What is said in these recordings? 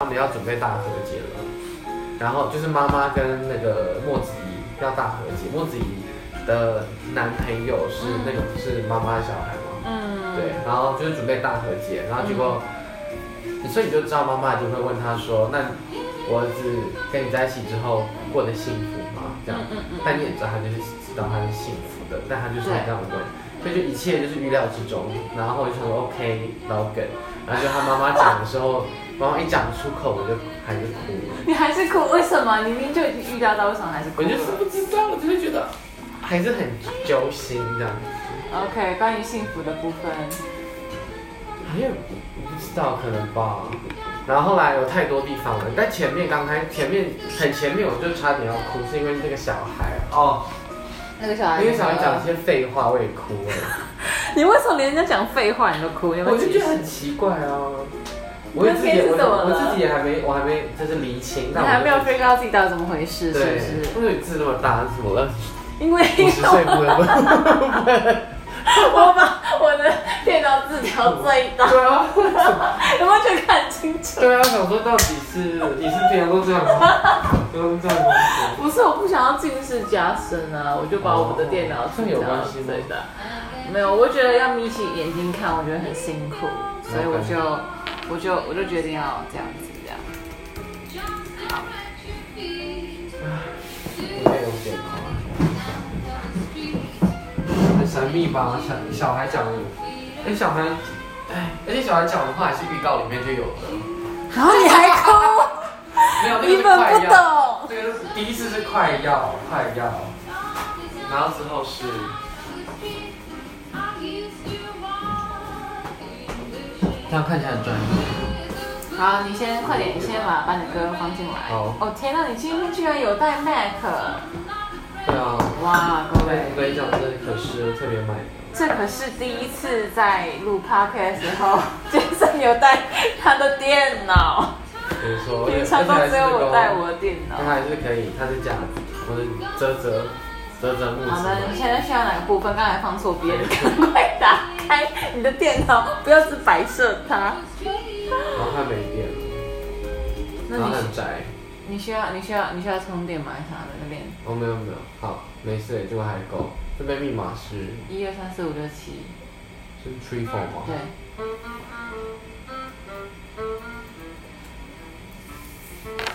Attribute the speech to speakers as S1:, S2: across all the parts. S1: 他们要准备大和解了，然后就是妈妈跟那个莫子仪要大和解，莫子仪的男朋友是那个不是妈妈的小孩吗？
S2: 嗯，
S1: 对，然后就是准备大和解，然后结果，所以你就知道妈妈就会问他说，那我儿子跟你在一起之后过得幸福吗？这样
S2: 嗯嗯嗯，
S1: 但你也知道他就是知道他是幸福的，但他就是会
S2: 对
S1: 这样问，所以就一切就是预料之中。然后我就想说 OK 老梗，然后就他妈妈讲的时候，妈妈一讲出口我就还是哭了，
S2: 你还是哭，为什么？你明明就已经预料到，为什么还是
S1: 我
S2: 哭了
S1: 就是不知道，我就是觉得还是很揪心这样子。
S2: ？OK，关于幸福的部分，
S1: 好像我不知道，可能吧。然后后来有太多地方了，但前面刚开前面很前面我就差点要哭，是因为那个小孩哦，
S2: 那个小
S1: 因为小孩讲一些废话我也哭了，
S2: 你为什么连人家讲废话你都哭？你有没
S1: 我
S2: 有
S1: 就
S2: 歧
S1: 觉
S2: 视
S1: 得很奇怪啊。我自己也我
S2: 那天是怎么了
S1: 我自己也还没我还没就是厘清，
S2: 你
S1: 但我
S2: 还没有 figure out 自己到底怎么回事，是
S1: 对
S2: 不是，？啊
S1: 为什么字那么大？怎么了？
S2: 因为
S1: 五十岁不能问？
S2: 我把我的电脑字调最大，
S1: 对啊，
S2: 有没有觉得看清楚？
S1: 对啊，想说到底是你是平常都这样吗？ 都这样吗？
S2: 不是，我不想要近视加深啊，我就把我的电脑
S1: 这有关系吗
S2: 最大。没有，我觉得要眯起眼睛看，我觉得很辛苦，所以我就我就我就决定要这样子这样。
S1: 应该有点吧。很神秘吧？小小孩讲的，哎、小孩，哎，而且小孩讲的话也是预告里面就有的，
S2: 然后你还哭，
S1: 没有那
S2: 你
S1: 个是
S2: 们不
S1: 快要，
S2: 懂。
S1: 这个是第一次是快要快要，然后之后是，这样看起来很专业。
S2: 好，你先快点，你先把把你的歌放进来。
S1: 好
S2: 哦天哪，你今天居然有带 Mac！
S1: 对啊，
S2: 哇，各位。
S1: 我跟你讲，这可是特别买的。
S2: 这可是第一次在录 podcast 时 候，杰森有带他的电脑，
S1: 比如说，
S2: 平常都只有我带我的电脑
S1: 但。还是可以，它是假的，我是遮遮遮遮木
S2: 好的，你
S1: 子。
S2: 现在需要哪个部分？刚才放错别人，赶快打开你的电脑，不要只摆设它。
S1: 然后它没电了，
S2: 那
S1: 然后
S2: 你
S1: 很宅。
S2: 你需要你需要你需要充电吗？啥的那边
S1: 哦，没有没有，好，没事，这个还够。这边密码是
S2: 一二三四五六七，
S1: 是 tree four 吗？
S2: 对。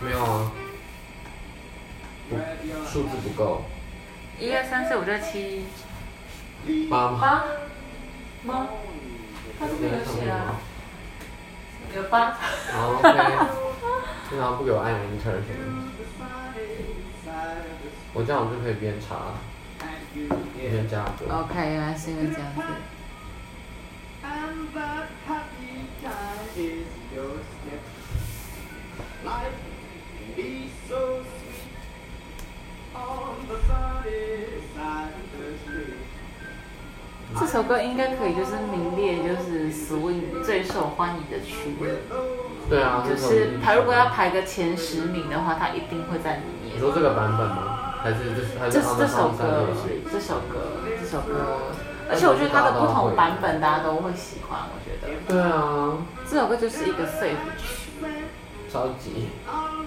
S1: 没有啊，不数字不够，
S2: 一二三四五六七
S1: 八吗？
S2: 八吗？它是没有写啊，有八。
S1: 好，OK。经常不给我按 enter 什么的，我这样我就可以边查边加歌。
S2: OK，原来是因为这样子。
S3: And that happy time is your step. Life can be so sweet on the sunny side of the street.
S2: 这首歌应该可以就是名列就是 Swing 最受欢迎的曲目，
S1: 对啊，
S2: 就
S1: 这首
S2: 是排如果要排个前十名的话，它一定会在里面
S1: 你。说这个版本吗？还是这还
S2: 这
S1: 是
S2: 是
S1: on the
S2: 这首
S1: song 三六
S2: 歌
S1: 七，？
S2: 这首歌，这首歌，而且我觉得它的不同版本大家都会喜欢。我觉得
S1: 对啊，
S2: 这首歌就是一个 safe 曲，
S1: 超级。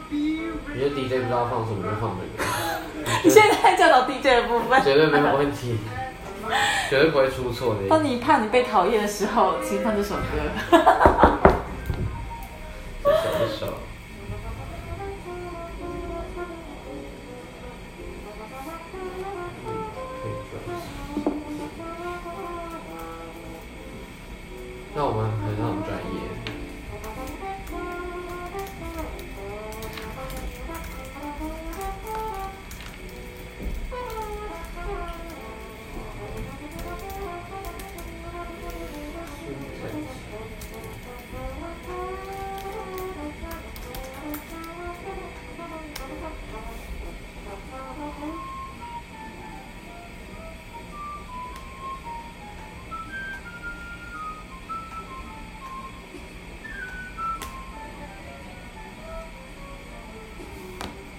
S1: 你觉得 DJ 不知道放什么就放那个，
S2: 你现在教导 DJ 的部分，
S1: 绝对没有问题，绝对不会出错的。
S2: 当你怕你被讨厌的时候，请放这首歌。
S1: 一首一首。那我们很很专业，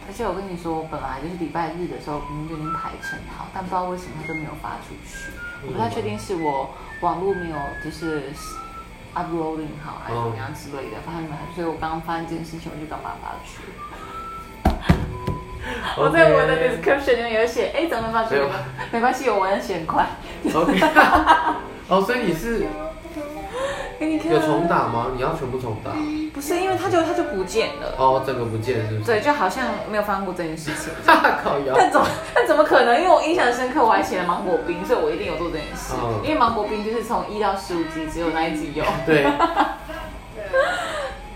S2: 而且我跟你说，我本来就是礼拜日的时候，明明就已经排成好，但不知道为什么它都没有发出去。我不太确定是我网络没有就是 uploading 好，还是怎么样之类的，反正你们还所以我刚刚发现这件事情，我就赶快把它去。我在我的 description 里面有写，哎，怎么发去？没关系，我玩的很快。
S1: OK，哦，所以你是
S2: 给你 看
S1: 有重打吗？你要全部重打？
S2: 不是，因为它就它就不见了，
S1: 哦，整个不见是不是？
S2: 对，就好像没有发生过这件事
S1: 哦
S2: 情。
S1: 靠腰。
S2: 但怎么但怎么可能？因为我印象深刻，我还写了芒果冰，所以我一定有做这件事。
S1: 嗯
S2: 因为芒果冰就是从一到十五集只有那一集有。
S1: 对，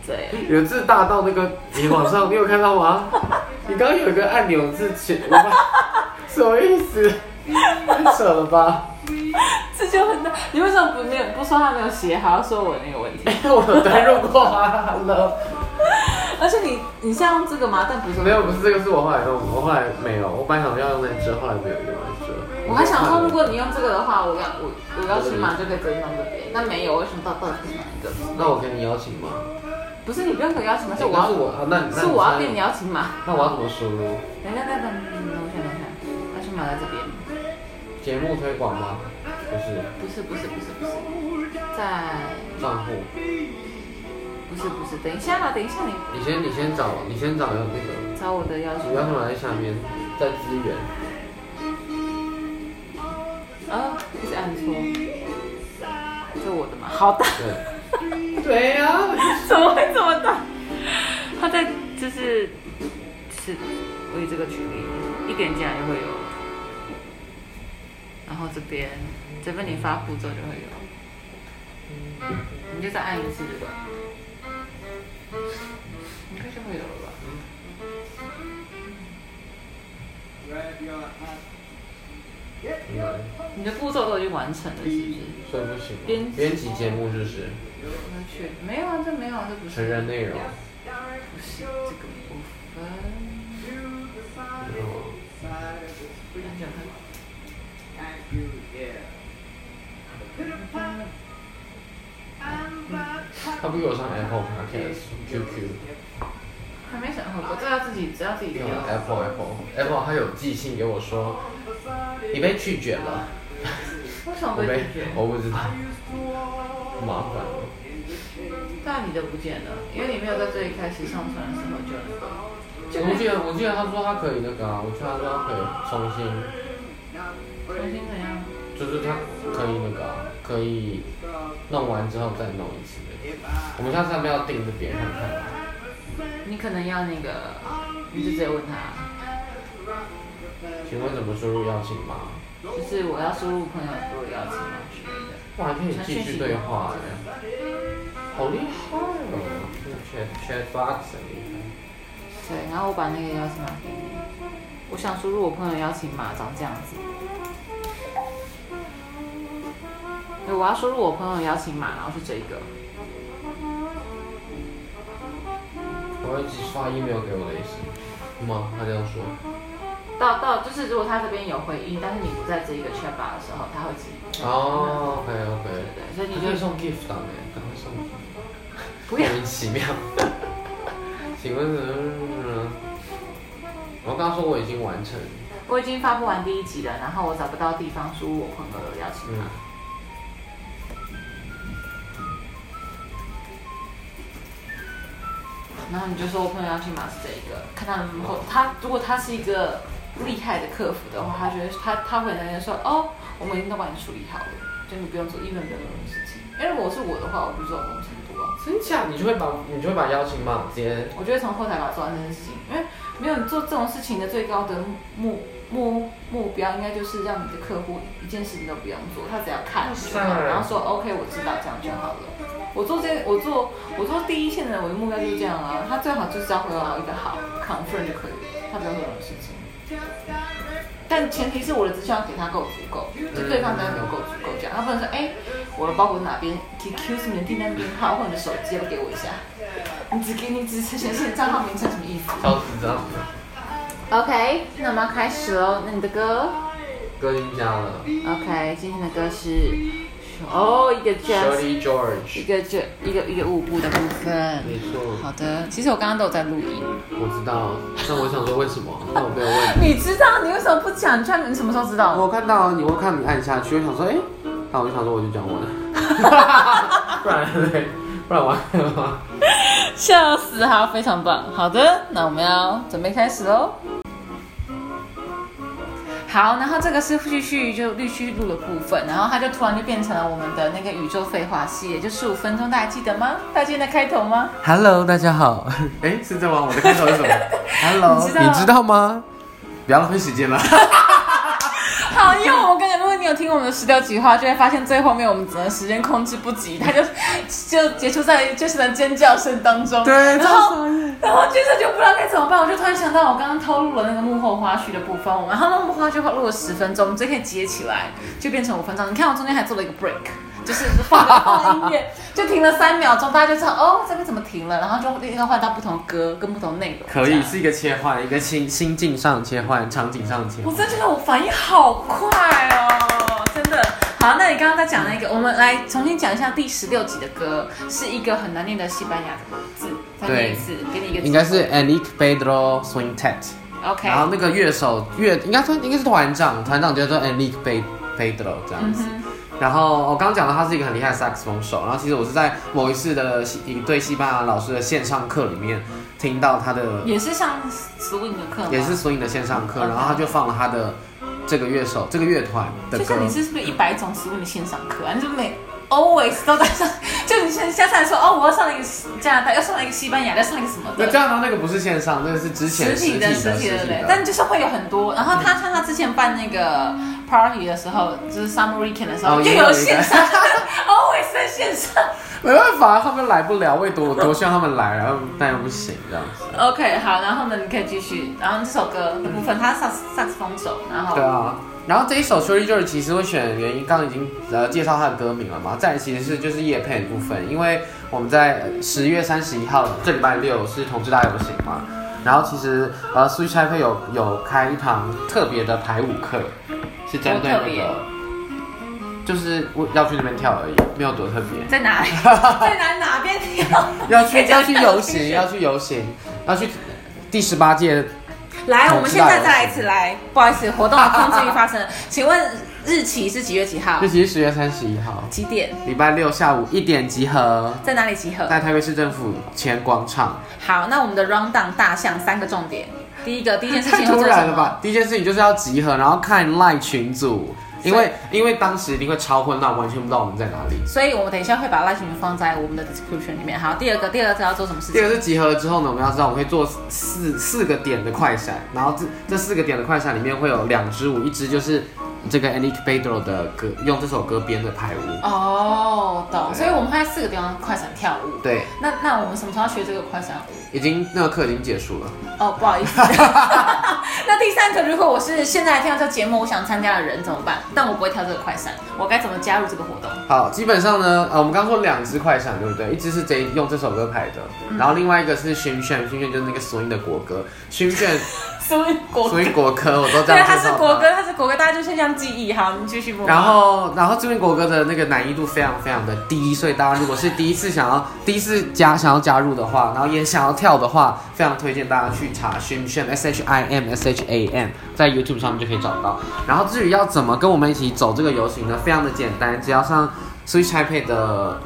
S2: 对，
S1: 有一次大到那个你往上，你有看到吗？ 你刚刚有一个按钮是前，我把什么意思？太扯了吧？
S2: 这就很大。你为什么不没有不说他没有写好，要说我那 个问题？
S1: 我有担任过啊，Hello。
S2: 而且你你是要用这个吗？但不是
S1: 没有，不是这个是我后来用的，我后来没有，我本来想要用那只，后来没有用那只。
S2: 我还想说，如果你用这个的话，我要我我要去买就可以直接弄这边。但没有，为什么到到底是哪一个？
S1: 那我跟你邀请吗？
S2: 不是你不用给我邀请码，是
S1: 那
S2: 我要
S1: 是我，啊那你那
S2: 是我要
S1: 跟
S2: 给你邀请码。
S1: 那我要怎么输入？
S2: 等一下，等一下，等一下，等一下，等一下，邀请码在这边。
S1: 节目推广吗？不是，
S2: 不是不是不是不是，在
S1: 账户。
S2: 不是不是，等一下啦，等一下你
S1: 你先，你先找，你先找有那个，
S2: 找我的邀请
S1: 主要
S2: 码
S1: 是我在下面，在资源。
S2: 啊，一直按错，这我的吗？好大，
S1: 对。对呀、
S2: 怎么会这么大？它在就是是为这个距离一点进来就会有，然后这边这边你发布之后就会有，你就再按一次这个，应该就会有了吧？
S3: Grab your hat.
S1: 嗯，
S2: 你的步骤都已经完成了，是不是？
S1: 所以不行。
S2: 编
S1: 编辑节目就是
S2: 我要去，没有啊，这没有啊，这不是
S1: 成人内容，
S2: 不是这个部分。
S3: To the side,
S1: 然后
S3: side of the street.
S2: 那就很
S3: Thank you, yeah. Pit-a-pat, and that
S1: 他不给我上 Apple Podcast、QQ，
S2: 还没想好过，这要自己，只要自己
S1: 因
S2: 挑
S1: 为。Apple Apple Apple，他有寄信给我说你被拒绝了，
S2: 为什么
S1: 我
S2: 被
S1: 被
S2: 拒绝？
S1: 我不知道，
S3: pat.
S1: 麻烦了。
S2: 但你的不见了，因为你没有在最一开始上传的时候就那个。就
S1: 我记得我记得他说他可以那个啊，我记得他说他可以重新，
S2: 重新怎样？
S1: 就是他可以那个啊、可以弄完之后再弄一次的。我们下次要不要定着别人看啊看？
S2: 你可能要那个，你就直接问他，
S1: 请问怎么输入邀请码？
S2: 就是我要输入朋友给我邀请码之类的。
S1: 哇，还可以继续对话哎、好厉害哦！这个 Chat Chat Box 啊很厉害。
S2: 对，然后我把那个邀请码给你。我想输入我朋友邀请码长这样子。对，我要输入我朋友邀请码，然后是这一个。
S1: 我要一起刷 email 给我的意思吗？他这样说。
S2: 到到就是如果他这边有回应，但是你不在这一个 chat bar 的时候，他会自己
S1: 哦，OK
S2: 对
S1: OK。
S2: 对，所以
S1: 你
S2: 你
S1: 可以
S2: 就
S1: 送 gift 档哎，赶快 送 gift，
S2: 不
S1: 莫
S2: 要
S1: 名其妙。请问怎么？我刚刚说我已经完成，
S2: 我已经发布完第一集了，然后我找不到地方输入我朋友的邀请
S1: 嗯，。
S2: 码然后你就说我朋友邀请码是这一个，看他们后他如果他是一个厉害的客服的话，他觉得他他会在那边说哦，我们已经都帮你处理好了，就你不用做，一本不用做的事情。因为如果是我的话，我不知道我们程度啊。
S1: 真假？你就会把你就会把邀请码直接
S2: 我就会从后台把它做完这件事情，因为没有你做这种事情的最高的目目目标，应该就是让你的客户一件事情都不用做，他只要看就好，然后说 OK，我知道这样就好了。我做这我做我做第一线的，我的目标就是这样啊，他最好就是要回我一个好 confirm 就可以了，他不要做什么事情。但前提是我的资讯要给他够足够，就对方才会给我够足够这样，他不能说哎、我的包裹哪边，QQ 什么的订单编号或者你的手机要不要给我一下，你只给你只显示你账号名称什么意思
S1: 超智障 的。
S2: ？OK，那我们要开始喽。那你的歌
S1: 歌音家了
S2: ，OK，今天的歌是哦一个 jazz，
S1: ，Shirley
S2: 一
S1: George，
S2: 个 j 一个一个舞步的部分。
S1: 没错，
S2: 好的，其实我刚刚都有在录音。
S1: 我知道。但我想说为什么？那我没有问题。
S2: 你知道你为什么不讲？你居然你什么时候知道？
S1: 我看到啊你，我看你按下去，我想说，哎、那我就想说我就讲完了。
S4: 不然嘞，不然玩干嘛？
S2: 笑死，好，非常棒。好的，那我们要准备开始喽。好，然后这个是继续就绿区录的部分，然后它就突然就变成了我们的那个宇宙废话系列，就十五分钟，大家记得吗？大家记得开头吗？
S1: Hello，大家好。
S4: 哎、是这吗？我的开头是什么？
S1: Hello，
S2: 你知道
S1: 你知道吗？不要浪费时间了。
S2: 好，因为我跟你，如果你有听我们的十六集的话，就会发现最后面我们只能时间控制不及，他就就结束在就是的尖叫声当中。
S1: 对
S2: 然
S1: 超
S2: 后
S1: 傻眼
S2: 然后接着就不知道该怎么办，我就突然想到我刚刚偷录了那个幕后花絮的部分，我们然后那幕后花絮录了十分钟，我们就可以截起来，就变成五分钟。你看我中间还做了一个 break。就是放放音乐，就停了三秒钟，大家就知道哦，这边怎么停了，然后就立刻换到不同歌跟不同内容。
S1: 可
S2: 这
S1: 以
S2: 样
S1: 是一个切换，一个心心境上切换，场景上切
S2: 我
S1: 换。
S2: 真的觉得我反应好快哦，真的。好，那你刚刚在讲那个，我们来重新讲一下第十六集的歌，是一个很难念的西班牙的字，再念一次，给你一个机会
S1: 应该是 a n i c Pedro Swintet，
S2: OK。
S1: 然后那个乐手乐应该说应该是团长，团长叫做 a n i c Pedro 这样
S2: 嗯
S1: 子。
S2: 哼，
S1: 然后哦我刚刚讲到他是一个很厉害的萨克斯风手，然后其实我是在某一次的西一对西班牙老师的线上课里面听到他的
S2: 也是上 swing 的课吗
S1: 也是，索影的线上课，
S2: OK
S1: 然后他就放了他的这个乐手、这个乐团的
S2: 就
S1: 歌
S2: 像。你是是不是一百种 swing 的线上课啊？你就每 always 都在上，就你现下次来说哦，我要上一个加拿大，要上一个西班牙，要上一个什么
S1: 那
S2: 的
S1: 这。样呢？那个不是线上，那个是之前
S2: 实体的
S1: 实
S2: 实
S1: 体
S2: 体
S1: 的嗯
S2: 的对，但就是会有很多。然后他像他之前办那个 party 的时候，就是 summer weekend 的时候，
S1: 哦
S2: 就
S1: 也有
S2: 有
S1: 一个
S2: 线上 ，always 在线上。
S1: 没办法，他们来不了，我也多我多希望他们来，然后但又不行这样子。
S2: OK，好，然后呢，你可以继续。然后这首歌的部分，他萨萨克斯风手，然后
S1: 对啊，然后这一首《Surely George》其实会选的原因，刚刚已经呃介绍它的歌名了嘛，再来其实是就是夜配的部分，因为我们在十月三十一号这礼拜六是同志大游行嘛，然后其实呃 s w i t c h 会有有开一堂特别的排舞课，是针对
S2: 多特
S1: 那
S2: 别
S1: 个。就是我要去那边跳而已，没有多特别。
S2: 在哪里？ 在哪哪边跳？
S1: 要去要去游
S2: 给
S1: 行，
S2: 大家
S1: 要去游行，要去第十八届
S2: 来，
S1: 好
S2: 我们现在
S1: 知道
S2: 再来一次，来，不好意思，活动的控制欲发 生了。请问日期是几月几号
S1: 日？期是十月三十一号，
S2: 几点？
S1: 礼拜六下午一点集合。
S2: 在哪里集合？
S1: 在台北市政府前广场。
S2: 好，那我们的 round down 大象三个重点。第一个，第一件事
S1: 太
S2: 情要
S1: 突
S2: 做什
S1: 然了
S2: 么？
S1: 吧！第一件事情就是要集合，然后看赖群组，因为因为当时一定会超混乱，完全不知道我们在哪里。
S2: 所以我们等一下会把赖群放在我们的 description 里面。好，第二个，第二个要做什么事
S1: 第二
S2: 情？
S1: 个是集合了之后呢，我们要知道我们会做四四个点的快闪，然后这这四个点的快闪里面会有两支舞，一支就是这个 a n i c Pedro 的歌，用这首歌编的排舞。
S2: 哦，懂。所以我们会在四个地方快闪跳舞。
S1: 对，
S2: 那那我们什么时候要学这个快闪舞？
S1: 已经那个课已经结束了。
S2: 哦，不好意思。 那第三个，如果我是现在来听到这节目，我想参加的人怎么办？但我不会跳这个快闪，我该怎么加入这个活动？
S1: 好，基本上呢，呃，我们刚说两支快闪，对不对？一支是这一用这首歌排的，
S2: 嗯
S1: 然后另外一个是《寻炫》，《寻炫》就是那个索音的国歌，《寻 炫》
S2: 所以国
S1: 所以国歌我都这
S2: 对，
S1: 样
S2: 他
S1: 介
S2: 是
S1: 绍
S2: 国
S1: 它。
S2: 歌，他是国歌，大家就先这样记忆。好，你继续播。
S1: 然后，然后这边国歌的那个难易度非常非常的低，所以大家如果是第一次想要第一次加想要加入的话，然后也想要跳的话，非常推荐大家去查 Shim Sham S H I M S H A M，在 YouTube 上面就可以找到。然后至于要怎么跟我们一起走这个游行呢？非常的简单，只要上 Switch iPad 的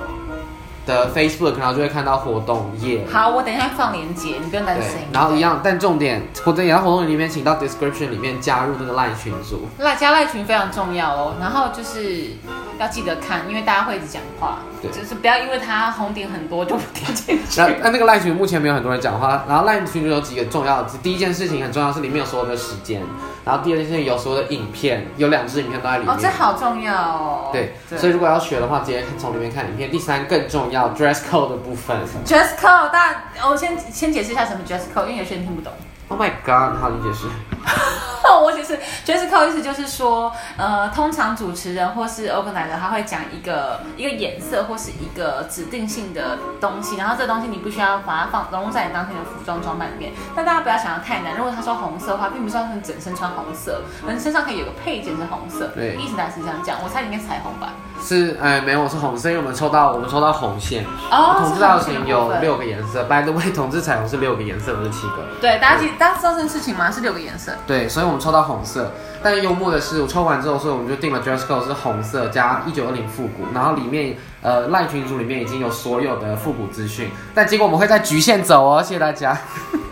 S1: 的 Facebook，然后就会看到活动页。
S2: 好，我等一下放链接，你不用担
S1: 对
S2: 心。，
S1: 然后一样，但重点活动也要活动里面，请到 description 里面加入那个 LINE 群组。
S2: 赖加赖群非常重要哦，然后就是要记得看，因为大家会一直讲话，
S1: 对
S2: 就是不要因为他红点很多就不点进去。
S1: 那那那个赖群目前没有很多人讲话，然后赖群有几个重要的，第一件事情很重要是里面有所有的时间，然后第二件事情有所有的影片，有两支影片都在里面。
S2: 哦，这好重要哦。
S1: 嗯对，所以如果要学的话，直接从里面看影片。第三更重要，dress code 的部分。
S2: dress code，大家我先先解释一下什么 dress code，因为有些人听不懂。
S1: Oh my god！好，你解释。
S2: 我解释 dress code 意思就是说，呃，通常主持人或是 organizer 他会讲一个一个颜色或是一个指定性的东西，然后这东西你必须要把它放融入在你当天的服装装扮里面。但大家不要想的太难，如果他说红色的话，并不是要你整身穿红色，可能身上可以有个配件是红色。
S1: 对
S2: 意思大概是这样讲，我猜你应该是彩虹吧？
S1: 是哎、没有是红色，因为我们抽到我们抽到红线。
S2: 哦，
S1: 同志
S2: 是
S1: 造
S2: 红线的
S1: 型
S2: 部
S1: 有
S2: 分
S1: 六个颜色，by the way，同志彩虹是六个颜色，不是七个。
S2: 对，大家记，大家知道这件事情吗？是六个颜色。
S1: 对，所以我们抽到红色。但幽默的是，我抽完之后，所以我们就定了 dress code 是红色加一九二零复古，然后里面呃赖群组里面已经有所有的复古资讯，但结果我们会在局限走哦，谢谢大家。